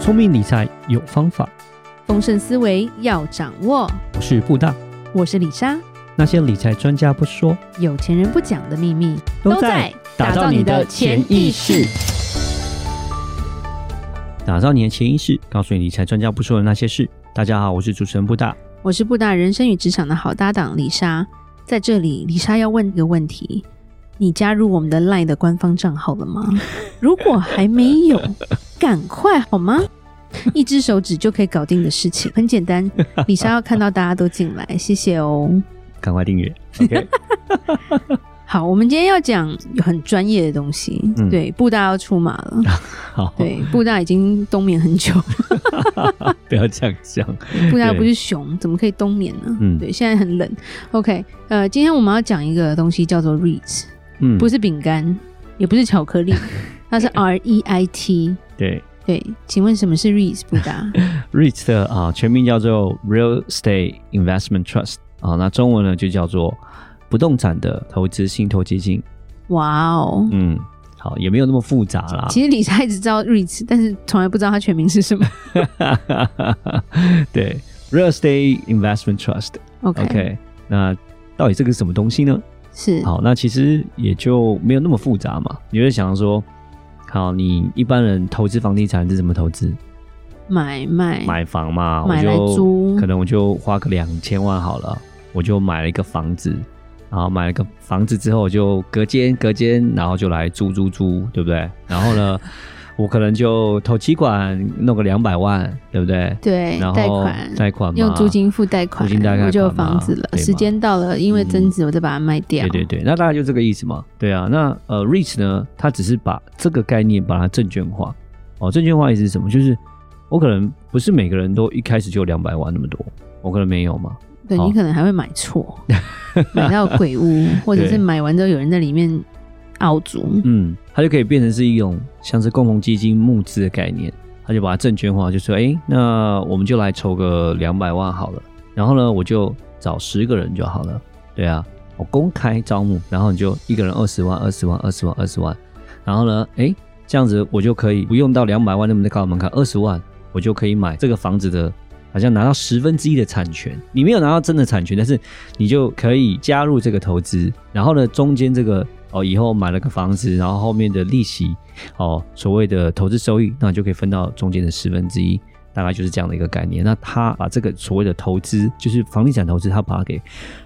聪明理财有方法，丰盛思维要掌握。我是布大。我是李莎，那些理财专家不说，有钱人不讲的秘密打造你的潜意识。，打造你的潜意识，告诉你理财专家不说的那些事。大家好，我是主持人布大。我是布大人生与职场的好搭档李莎，在这里，李莎要问一个问题：你加入我们的 LINE 的官方账号了 吗？如果还没有，赶快好吗？一只手指就可以搞定的事情，很简单。李莎要看到大家都进 来，谢谢哦。赶快订 阅。OK，好，我们今天要讲很专业的东西，嗯对，布大要出马了，好，对，布大已经冬眠 很久了不要这样讲。布达对不是熊，怎么可以冬眠呢？嗯对，现在很冷。OK，呃，今天我们要讲一个东西叫做 REIT，嗯，不是，是饼干，也不是巧克 力，它是 R E I T。对对，请问什么是 REIT？布达 ，REIT 的啊、全名叫做 Real Estate Investment Trust 啊、那中文呢就叫做不动产的投资信托基金。哇哦！嗯，好，也没有那么复杂啦。其实李莎一直知道 REIT，但是从来不知道它全名 是什么。对，Real Estate Investment Trust。 OK，, OK，那到底这个是什么东西呢？是好，那其实也就没有那么复杂嘛。你会想说，好，你一般人投资房地产是怎么投资？买卖买房嘛，我买来就租可，能我就花个两千万好了，我就买了一个房子，然后买了个房子之后我就隔间隔间，然后就来租租租，对不对？然后呢，我可能就投期款弄个两百万，对不对？对，然哎贷后款。贷款嘛用租金付贷款，租金贷款我就有款嘛房子了。对嘛时间到了，因为增值，我再把它卖掉。嗯对对对，那大概就这个意思嘛。对啊，那呃，REIT 呢，它只是把这个概念把它证券化。哦，证券化意思是什么？就是我可能不是每个人都一开始就两百万那么多，我可能没有嘛。对好你可能还会买 错，买到鬼屋，或者是对买完之后有人在里面熬足。嗯，它就可以变成是一种像是共同基金募资的概念，它就把它证券化，就说，哎，那我们就来筹个两百万好了，然后呢，我就找十个人就好了，对啊，我公开招募，然后你就一个人二十万、二十万、二十万、二十万，然后呢，哎，这样子我就可以不用到两百万那么高的门槛，二十万我就可以买这个房子的。好像拿到十分之一的产权，你没有拿到真的产权，但是你就可以加入这个投资。然后呢，中间这个哦，以后买了个房子，然后后面的利息哦，所谓的投资收益，那你就可以分到中间的十分之一，大概就是这样的一个概念。那他把这个所谓的投资，就是房地产投资，他把它给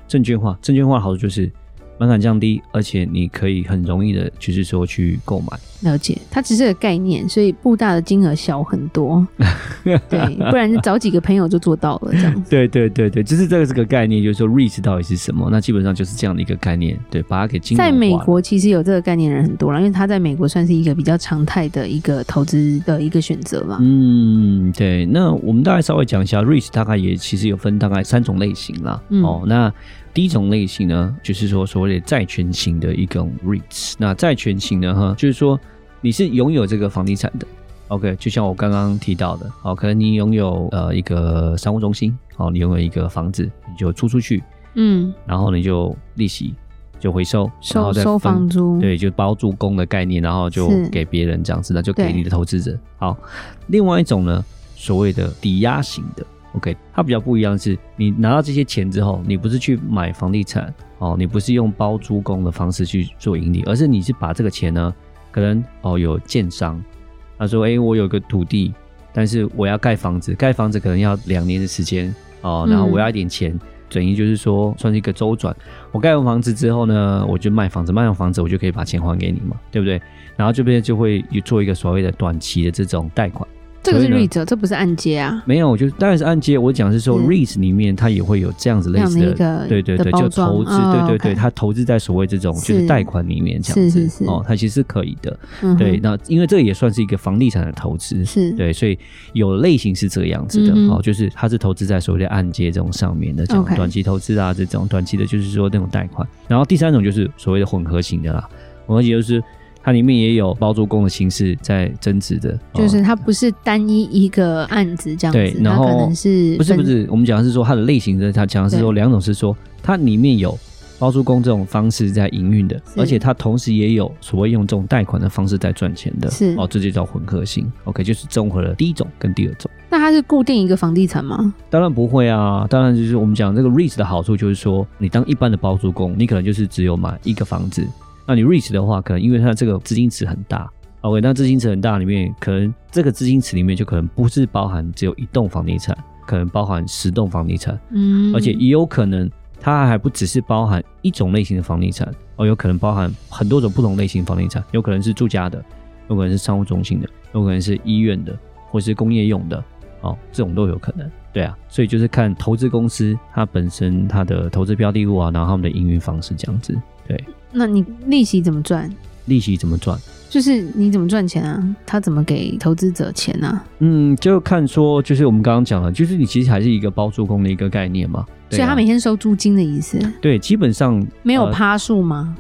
证券化。证券化的好处就是门槛降低，而且你可以很容易的，就是说去购买。了解，它只是个概念，所以布大的金额小很多。 对，不然就找几个朋友就做到了这样子。对对对对，就是这个这个概念，就是说 REIT 到底是什么？那基本上就是这样的一个概念，对，把它给金融化在了美国，其实有这个概念的人很多啦，因为他在美国算是一个比较常态的一个投资的一个选择嘛。嗯，对。那我们大概稍微讲一下 REIT，大概也其实有分大概三种类型啦。嗯哦，那第一种类型呢，就是说所谓的债权型的一种 REIT。那债权型呢，哈，就是说你是拥有这个房地产的。OK，就像我刚刚提到的，哦，可能你拥有呃一个商务中心，哦，你拥有一个房子，你就租出去，嗯，然后你就利息就回收，然后收再收分房租，对，就包租公的概念，然后就是给别人这样子，那就对给你的投资者。好，另外一种呢，所谓的抵押型的，OK，它比较不一样的是，你拿到这些钱之后，你不是去买房地产哦，你不是用包租公的方式去做盈利，而是你是把这个钱呢，可能哦有建商，他说，诶，我有个土地，但是我要盖房子，盖房子可能要两年的时间哦，然后嗯我要一点钱。转移就是说，算是一个周转。我盖完房子之后呢，我就卖房子，卖完房子我就可以把钱还给你嘛，对不对？然后这边就会做一个所谓的短期的这种贷款，这个是所以呢 REIT，哦这不是按揭啊，没有，就当然是按揭。我讲是说嗯 REIT 里面它也会有这样子这类样似的一的，个对对的对，包就装投资，哦对对 OK 对，它投资在所谓这种就是是贷款里面这样子是是是哦，它其实可以的。嗯哼对，那因为这也算是一个房地产的投资，是对，所以有类型是这个样子的，嗯哼哦，就是它是投资在所谓的按揭这种上面的这种 OK 短期投资啊，这种短期的，就是说那种贷款。然后第三种就是所谓的混合型的啦，混合型就是它里面也有包租公的形式在增值的，哦就是它不是单一一个案子这样对子，然它可后能是不是分不是，我们讲的是说它的类型的，它讲的是说两种是说它里面有包租公这种方式在营运的，是而且它同时也有所谓用这种贷款的方式在赚钱的，是哦，这就叫混合型。OK，就是综合了第一种跟第二种。那它是固定一个房地产吗？当然不会啊，当然就是我们讲这个 REIT 的好处就是说，你当一般的包租公，你可能就是只有买一个房子，那你 REIT 的话，可能因为它这个资金池很大。OK，那资金池很大，里面可能这个资金池里面就可能不是包含只有一栋房地产，可能包含十栋房地产，嗯，而且也有可能它还不只是包含一种类型的房地产，哦，有可能包含很多种不同类型的房地产，有可能是住家的，有可能是商务中心的，有可能是医院的，或是工业用的，哦，这种都有可能。对啊，所以就是看投资公司它本身它的投资标的物啊，然后他们的营运方式这样子，那你利息怎么赚？利息怎么赚。就是你怎么赚钱啊？他怎么给投资者钱啊？嗯，就看说，就是我们刚刚讲了，就是你其实还是一个包租公的一个概念嘛。对所以啊他每天收租金的意思，对，基本上没有呃趴数吗？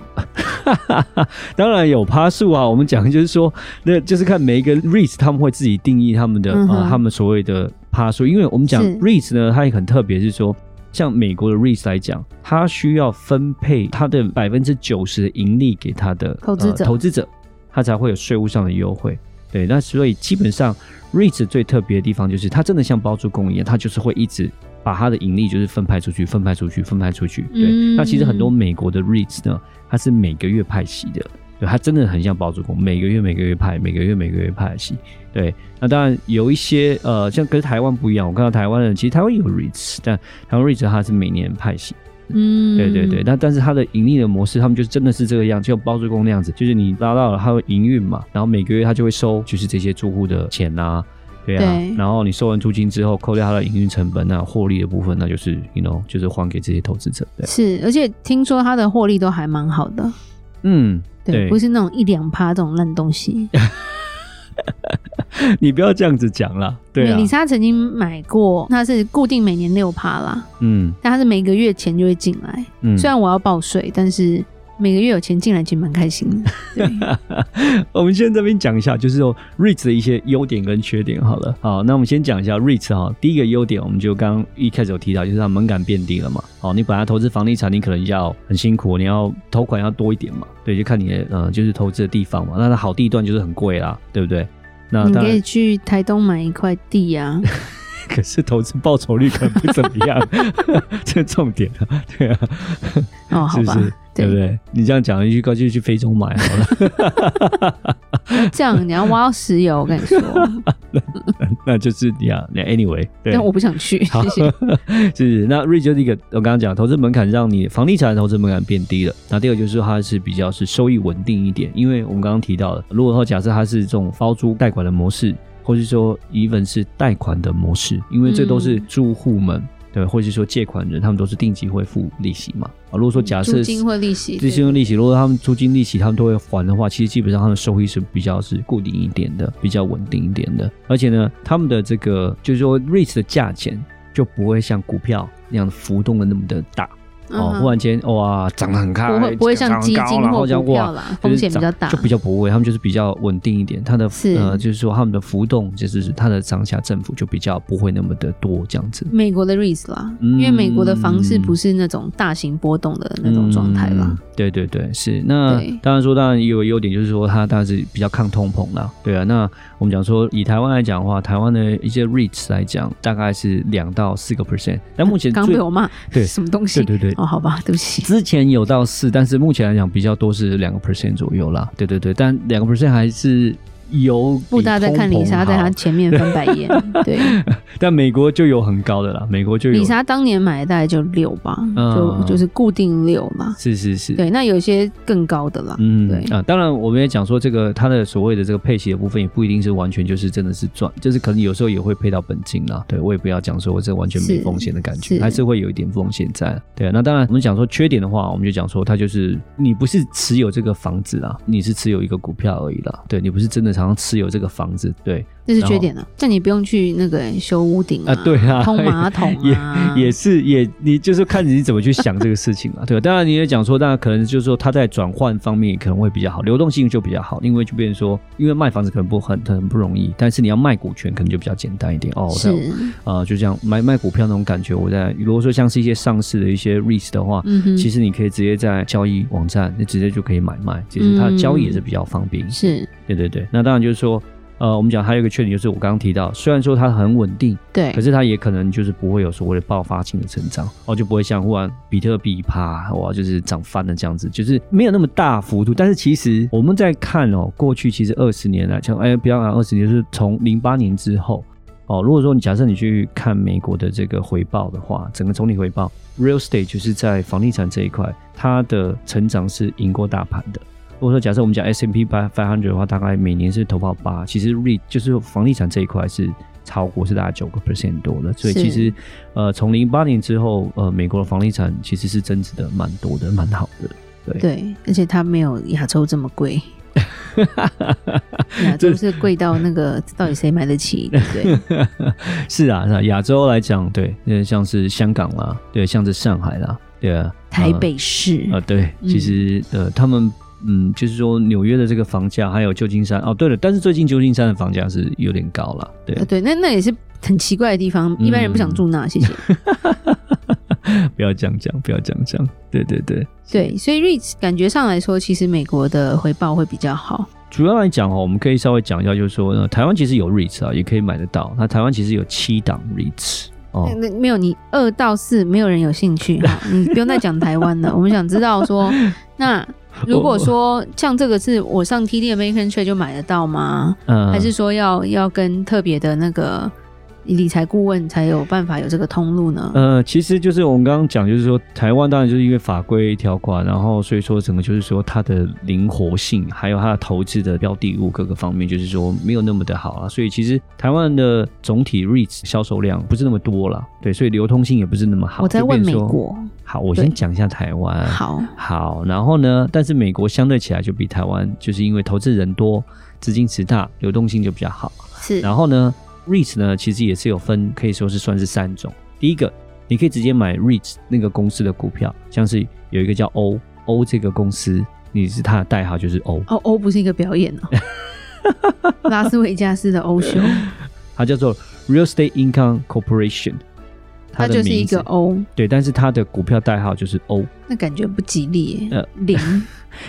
当然有趴数啊，我们讲的就是说，那就是看每一个 REITs 他们会自己定义他们的、嗯哼呃他们所谓的趴数，因为我们讲是 REITs 呢，它也很特别，是说像美国的 REITs 来讲，它需要分配它的百分之九十的盈利给它的呃投资者投资者，它才会有税务上的优惠。对，那所以基本上 REITs 最特别的地方就是它真的像包租公一样，它就是会一直。把它的盈利就是分派出去，分派出去，分派出去。对，嗯那其实很多美国的 REITs 呢，它是每个月派息的，对，它真的很像包租公，每个月每个月派，每个月每个月派息。对，那当然有一些呃，像跟台湾不一样，我看到台湾的其实台湾也有 REITs，但台湾 REITs 它是每年派息。嗯，对对对，，那但是它的盈利的模式，他们就真的是这个样，就像包租公那样子，就是你拉到了，它会营运嘛，然后每个月它就会收，就是这些住户的钱呐、对啊，对然后你收完租金之后，扣掉它的营运成本，那获利的部分，那就是 you know 就是还给这些投资者。对，嗯是，而且听说它的获利都还蛮好的，嗯，对对，不是那种一两趴这种烂东西。嗯你不要这样子讲啦， 对啊美丽，莎曾经买过，它是固定每年六趴啦，嗯但它是每个月钱就会进来，嗯，虽然我要报税，但是每个月有钱进来其实蛮开心 的。对，哦我们先这边讲一下，就是说 REITs 的一些优点跟缺点好了。好，那我们先讲一下 REITs 哈。第一个优点，我们就刚刚一开始有提到，就是它门槛变低了嘛。好，你本来投资房地产，你可能要很辛苦，你要投款要多一点嘛。对，就看你的呃，就是投资的地方嘛。那它好地段就是很贵啦，对不对？那你啊当可然以，去台东买一块地 啊，可是投资报酬率可能不怎么样， 这重点啊，对啊。哦，好是不吧，是？对不对，对？你这样讲一句，干脆去非洲买好了， 这样你要挖到石油，我跟你说，那就是你啊，那 anyway，对但，我不 想去， 谢谢。是那 REIT 就是一个我刚刚讲，投资门槛让你房地产的投资门槛变低了。那第二个就是它是比较是收益稳定一点，因为我们刚刚提到了，如果说假设它是这种包租贷款的模式，或是说 even 是贷款的模式，因为这都是嗯住户们、对，或是说借款人他们都是定期会付利息嘛。啊，如果说假设嗯租金或利息，这信用利息，如果他们租金利息他们都会还的话，其实基本上他们收益是比较是固定一点的，比较稳定一点的。而且呢，他们的这个就是说 REITs 的价钱就不会像股票那样浮动的那么的大、嗯哦，哼忽然间哇涨得很开，不会不会啊像基金或股了。票啦，就是风险比较大，涨就比较不会，他们就是比较稳定一点，它的是呃，就是说他们的浮动，就是它的上下振幅就比较不会那么的多这样子。美国的 REITs 啦，嗯因为美国的房市不是那种大型波动的那种状态啦嗯。对对对，是。那对当然说，当然也有优点，就是说它当然是比较抗通膨啦。对啊，那我们讲说，以台湾来讲的话，台湾的一些 REITs 来讲，大概是两到四个 percent。但目前刚最被我骂，对什么东西对？对对，哦，好吧，对不起。之前有到四，但是目前来讲比较多是两个 percent 左右啦。对对对，但两个 percent 还是有布大在看比李通莎，膨在她好前面翻白 眼。对，但美国就有很高的啦，美国就有李莎当年买的大概就六吧，嗯就就是固定六嘛。是是是，对，那有些更高的啦。嗯，对啊，当然我们也讲说，这个它的所谓的这个配息的部分，也不一定是完全就是真的是赚，就是可能有时候也会配到本金啦。对我也不要讲说我这完全没是风险的感觉，是还是会有一点风险在。对啊，那当然我们讲说缺点的话，我们就讲说它就是你不是持有这个房子啦，你是持有一个股票而已啦。对你不是真的常常持有这个房子，对。这是然后缺点呢、这样你不用去那个修屋顶啊对啊 通马桶啊，也 是也，你就是看你怎么去想这个事情了，对吧？当然你也讲说，当然可能就是说它在转换方面可能会比较好，流动性就比较好，因为就变成说，因为卖房子可能不很很不容易，但是你要卖股权可能就比较简单一点哦。我在是，啊、就这样买卖股票那种感觉，我在如果说像是一些上市的一些 REITs 的话。嗯哼，其实你可以直接在交易网站，你直接就可以买卖，其实它嗯的交易也是比较方便一些。是对对对，那当然就是说，呃，我们讲还有一个缺点就是我刚刚提到，虽然说它很稳定，对可，是它也可能就是不会有所谓的爆发性的成长，哦，就不会像忽然比特币啪哇就是涨翻了这样子，就是没有那么大幅度。但是其实我们在看哦，过去其实二十年来，像哎不要讲二十年，就是从零八年之后。哦，如果说你假设你去看美国的这个回报的话，整个总体回报，real estate 就是在房地产这一块，它的成长是赢过大盘的。如果说假设我们讲 S M P 八 five hundred 的话，大概每年是投报八，其实 REIT 就是房地产这一块是超过是大概九个 percent 多的，所以是其实呃从零八年之后，呃美国的房地产其实是增值的蛮多的，蛮好的。 对，而且它没有亚洲这么贵。亚洲是贵到那个，到底谁买得起？对 不啊对？是啊，是啊，亚洲来讲，对，呃像是香港啦，对，像是上海啦，对啊，台呃北市啊、，对，嗯其实、呃，他们嗯，就是说纽约的这个房价，还有旧金山哦，对了，但是最近旧金山的房价是有点高了，对呃，对，那那也是很奇怪的地方，嗯一般人不想住那，谢谢。不要这样讲，不要这样讲，对对对，对，所以 REITs 感觉上来说，其实美国的回报会比较好。主要来讲哦，我们可以稍微讲一下，就是说呢，台湾其实有 REITs 啊，也可以买得到，那台湾其实有七档 REITs 哦那，那没有你二到四，没有人有 兴趣哈，你不用再讲台湾了。我们想知道说，那如果说像这个是我上 TD American Trade 就买得到吗？嗯、还是说要要跟特别的那个理财顾问才有办法有这个通路呢？呃，其实就是我们刚刚讲，就是说台湾当然就是因为法规条款，然后所以说整个就是说它的灵活性，还有它的投资的标的物各个方面，就是说没有那么的好啊。所以其实台湾的总体 REITs 销售量不是那么多啦，对，所以流通性也不是那么好。我在就问变美成说。嗯国。好，我对先讲一下台湾。好，好，然后呢？但是美国相对起来就比台湾，就是因为投资人多，资金池大，流动性就比较好。是然后呢，REIT 呢其实也是有分，可以说是算是三种。第一个，你可以直接买 REIT 那个公司的股票，像是有一个叫 O O 这个公司，你是它的代号就是 O，哦欧不是一个表演 哦，拉斯维加斯的欧修，它叫做 Real Estate Income Corporation，它的就是一个名字欧，对，但是它的股票代号就是 O。那感觉不吉利耶呃， 零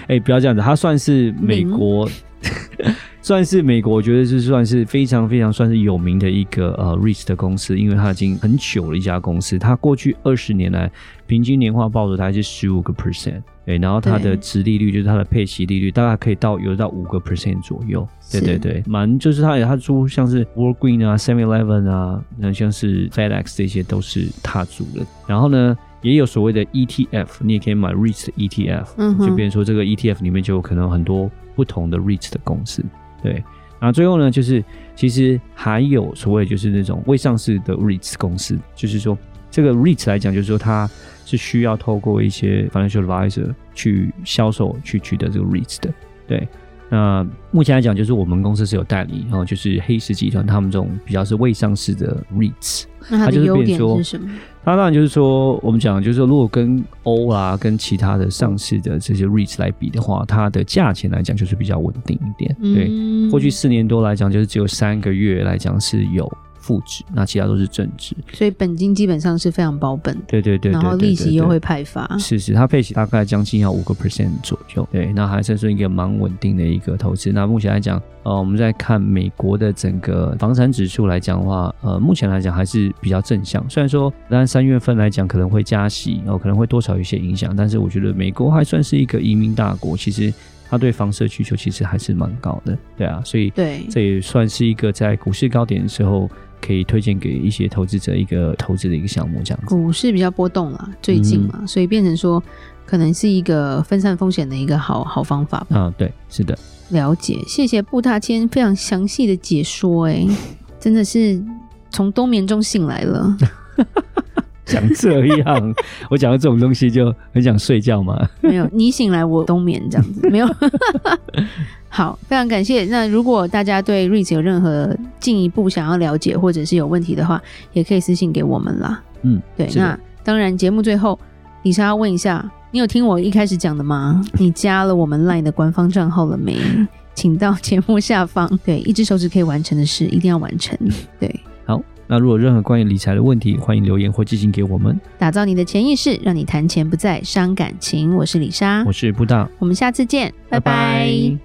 哎，不要这样子，它算是美零国。 算是美国，我觉得是算是非常非常算是有名的一个呃 REIT 的公司，因为它已经很久了一家公司，它过去二十年来平均年化报酬大概是十五个 percent，对，然后它的对值利率就是它的配息利率大概可以到有到五个 percent 左右，对是对对，蛮就是它有它租像是 w a l g r e e n 啊、Seven Eleven 啊，那像是 FedEx 这些都是它租的，然后呢。也有所谓的 ETF，你也可以买 REIT 的 E ETF，、嗯哼就变成说这个 ETF 里面就有可能有很多不同的 REIT 的公司，对。然后最后呢，就是其实还有所谓就是那种未上市的 REITs 公司，就是说这个 REITs 来讲，就是说它是需要透过一些 financial advisor 去销售去取得这个 REITs 的，对。那目前来讲，就是我们公司是有代理，然后就是黑石集团他们这种比较是未上市的 REITs，那它它就的是优变点说是什么？它当然就是说，我们讲就是说，如果跟欧啊、跟其他的上市的这些 REITs 来比的话，它的价钱来讲就是比较稳定一点。对，嗯过去四年多来讲，就是只有三个月来讲是有负值，那其他都是正值。所以本金基本上是非常保本，对对对对对然后利息对又对会派发，是是，它配息大概将近要五个 percent 左右，对，那还算是一个蛮稳定的一个投资。那目前来讲，呃，我们在看美国的整个房产指数来讲的话，呃，目前来讲还是比较正向。虽然说，当然三月份来讲可能会加息，哦、可能会多少有一些影响，但是我觉得美国还算是一个移民大国，其实它对房市的需求其实还是蛮高的，对啊，所以对，这也算是一个在股市高点的时候可以推荐给一些投资者一个投资的一个项目，这样子。股市比较波动啦，最近嗯嘛，所以变成说可能是一个分散风险的一个好好方法吧。啊、对，是的。了解，谢谢布大千非常详细的解说、哎，真的是从冬眠中醒来了。讲这样， 我讲到这种东 西就很想睡觉嘛。没有，你醒来我冬眠这样子，没有。 好，非常感谢。那如果大家对 REITs 有任何进一步想要了解，或者是有问题的话，也可以私信给我们啦。嗯，对，是的那当然节目最后，李莎要问一下，你有听我一开始讲的吗？你加了我们 LINE 的官方账号了没？请到节目下方。对，一只手指可以完成的事，一定要完成。对，好。那如果有任何关于理财的问题，欢迎留言或寄信给我们。打造你的潜意识，让你谈钱不再伤感情。我是李莎，我是布大，我们下次见，拜拜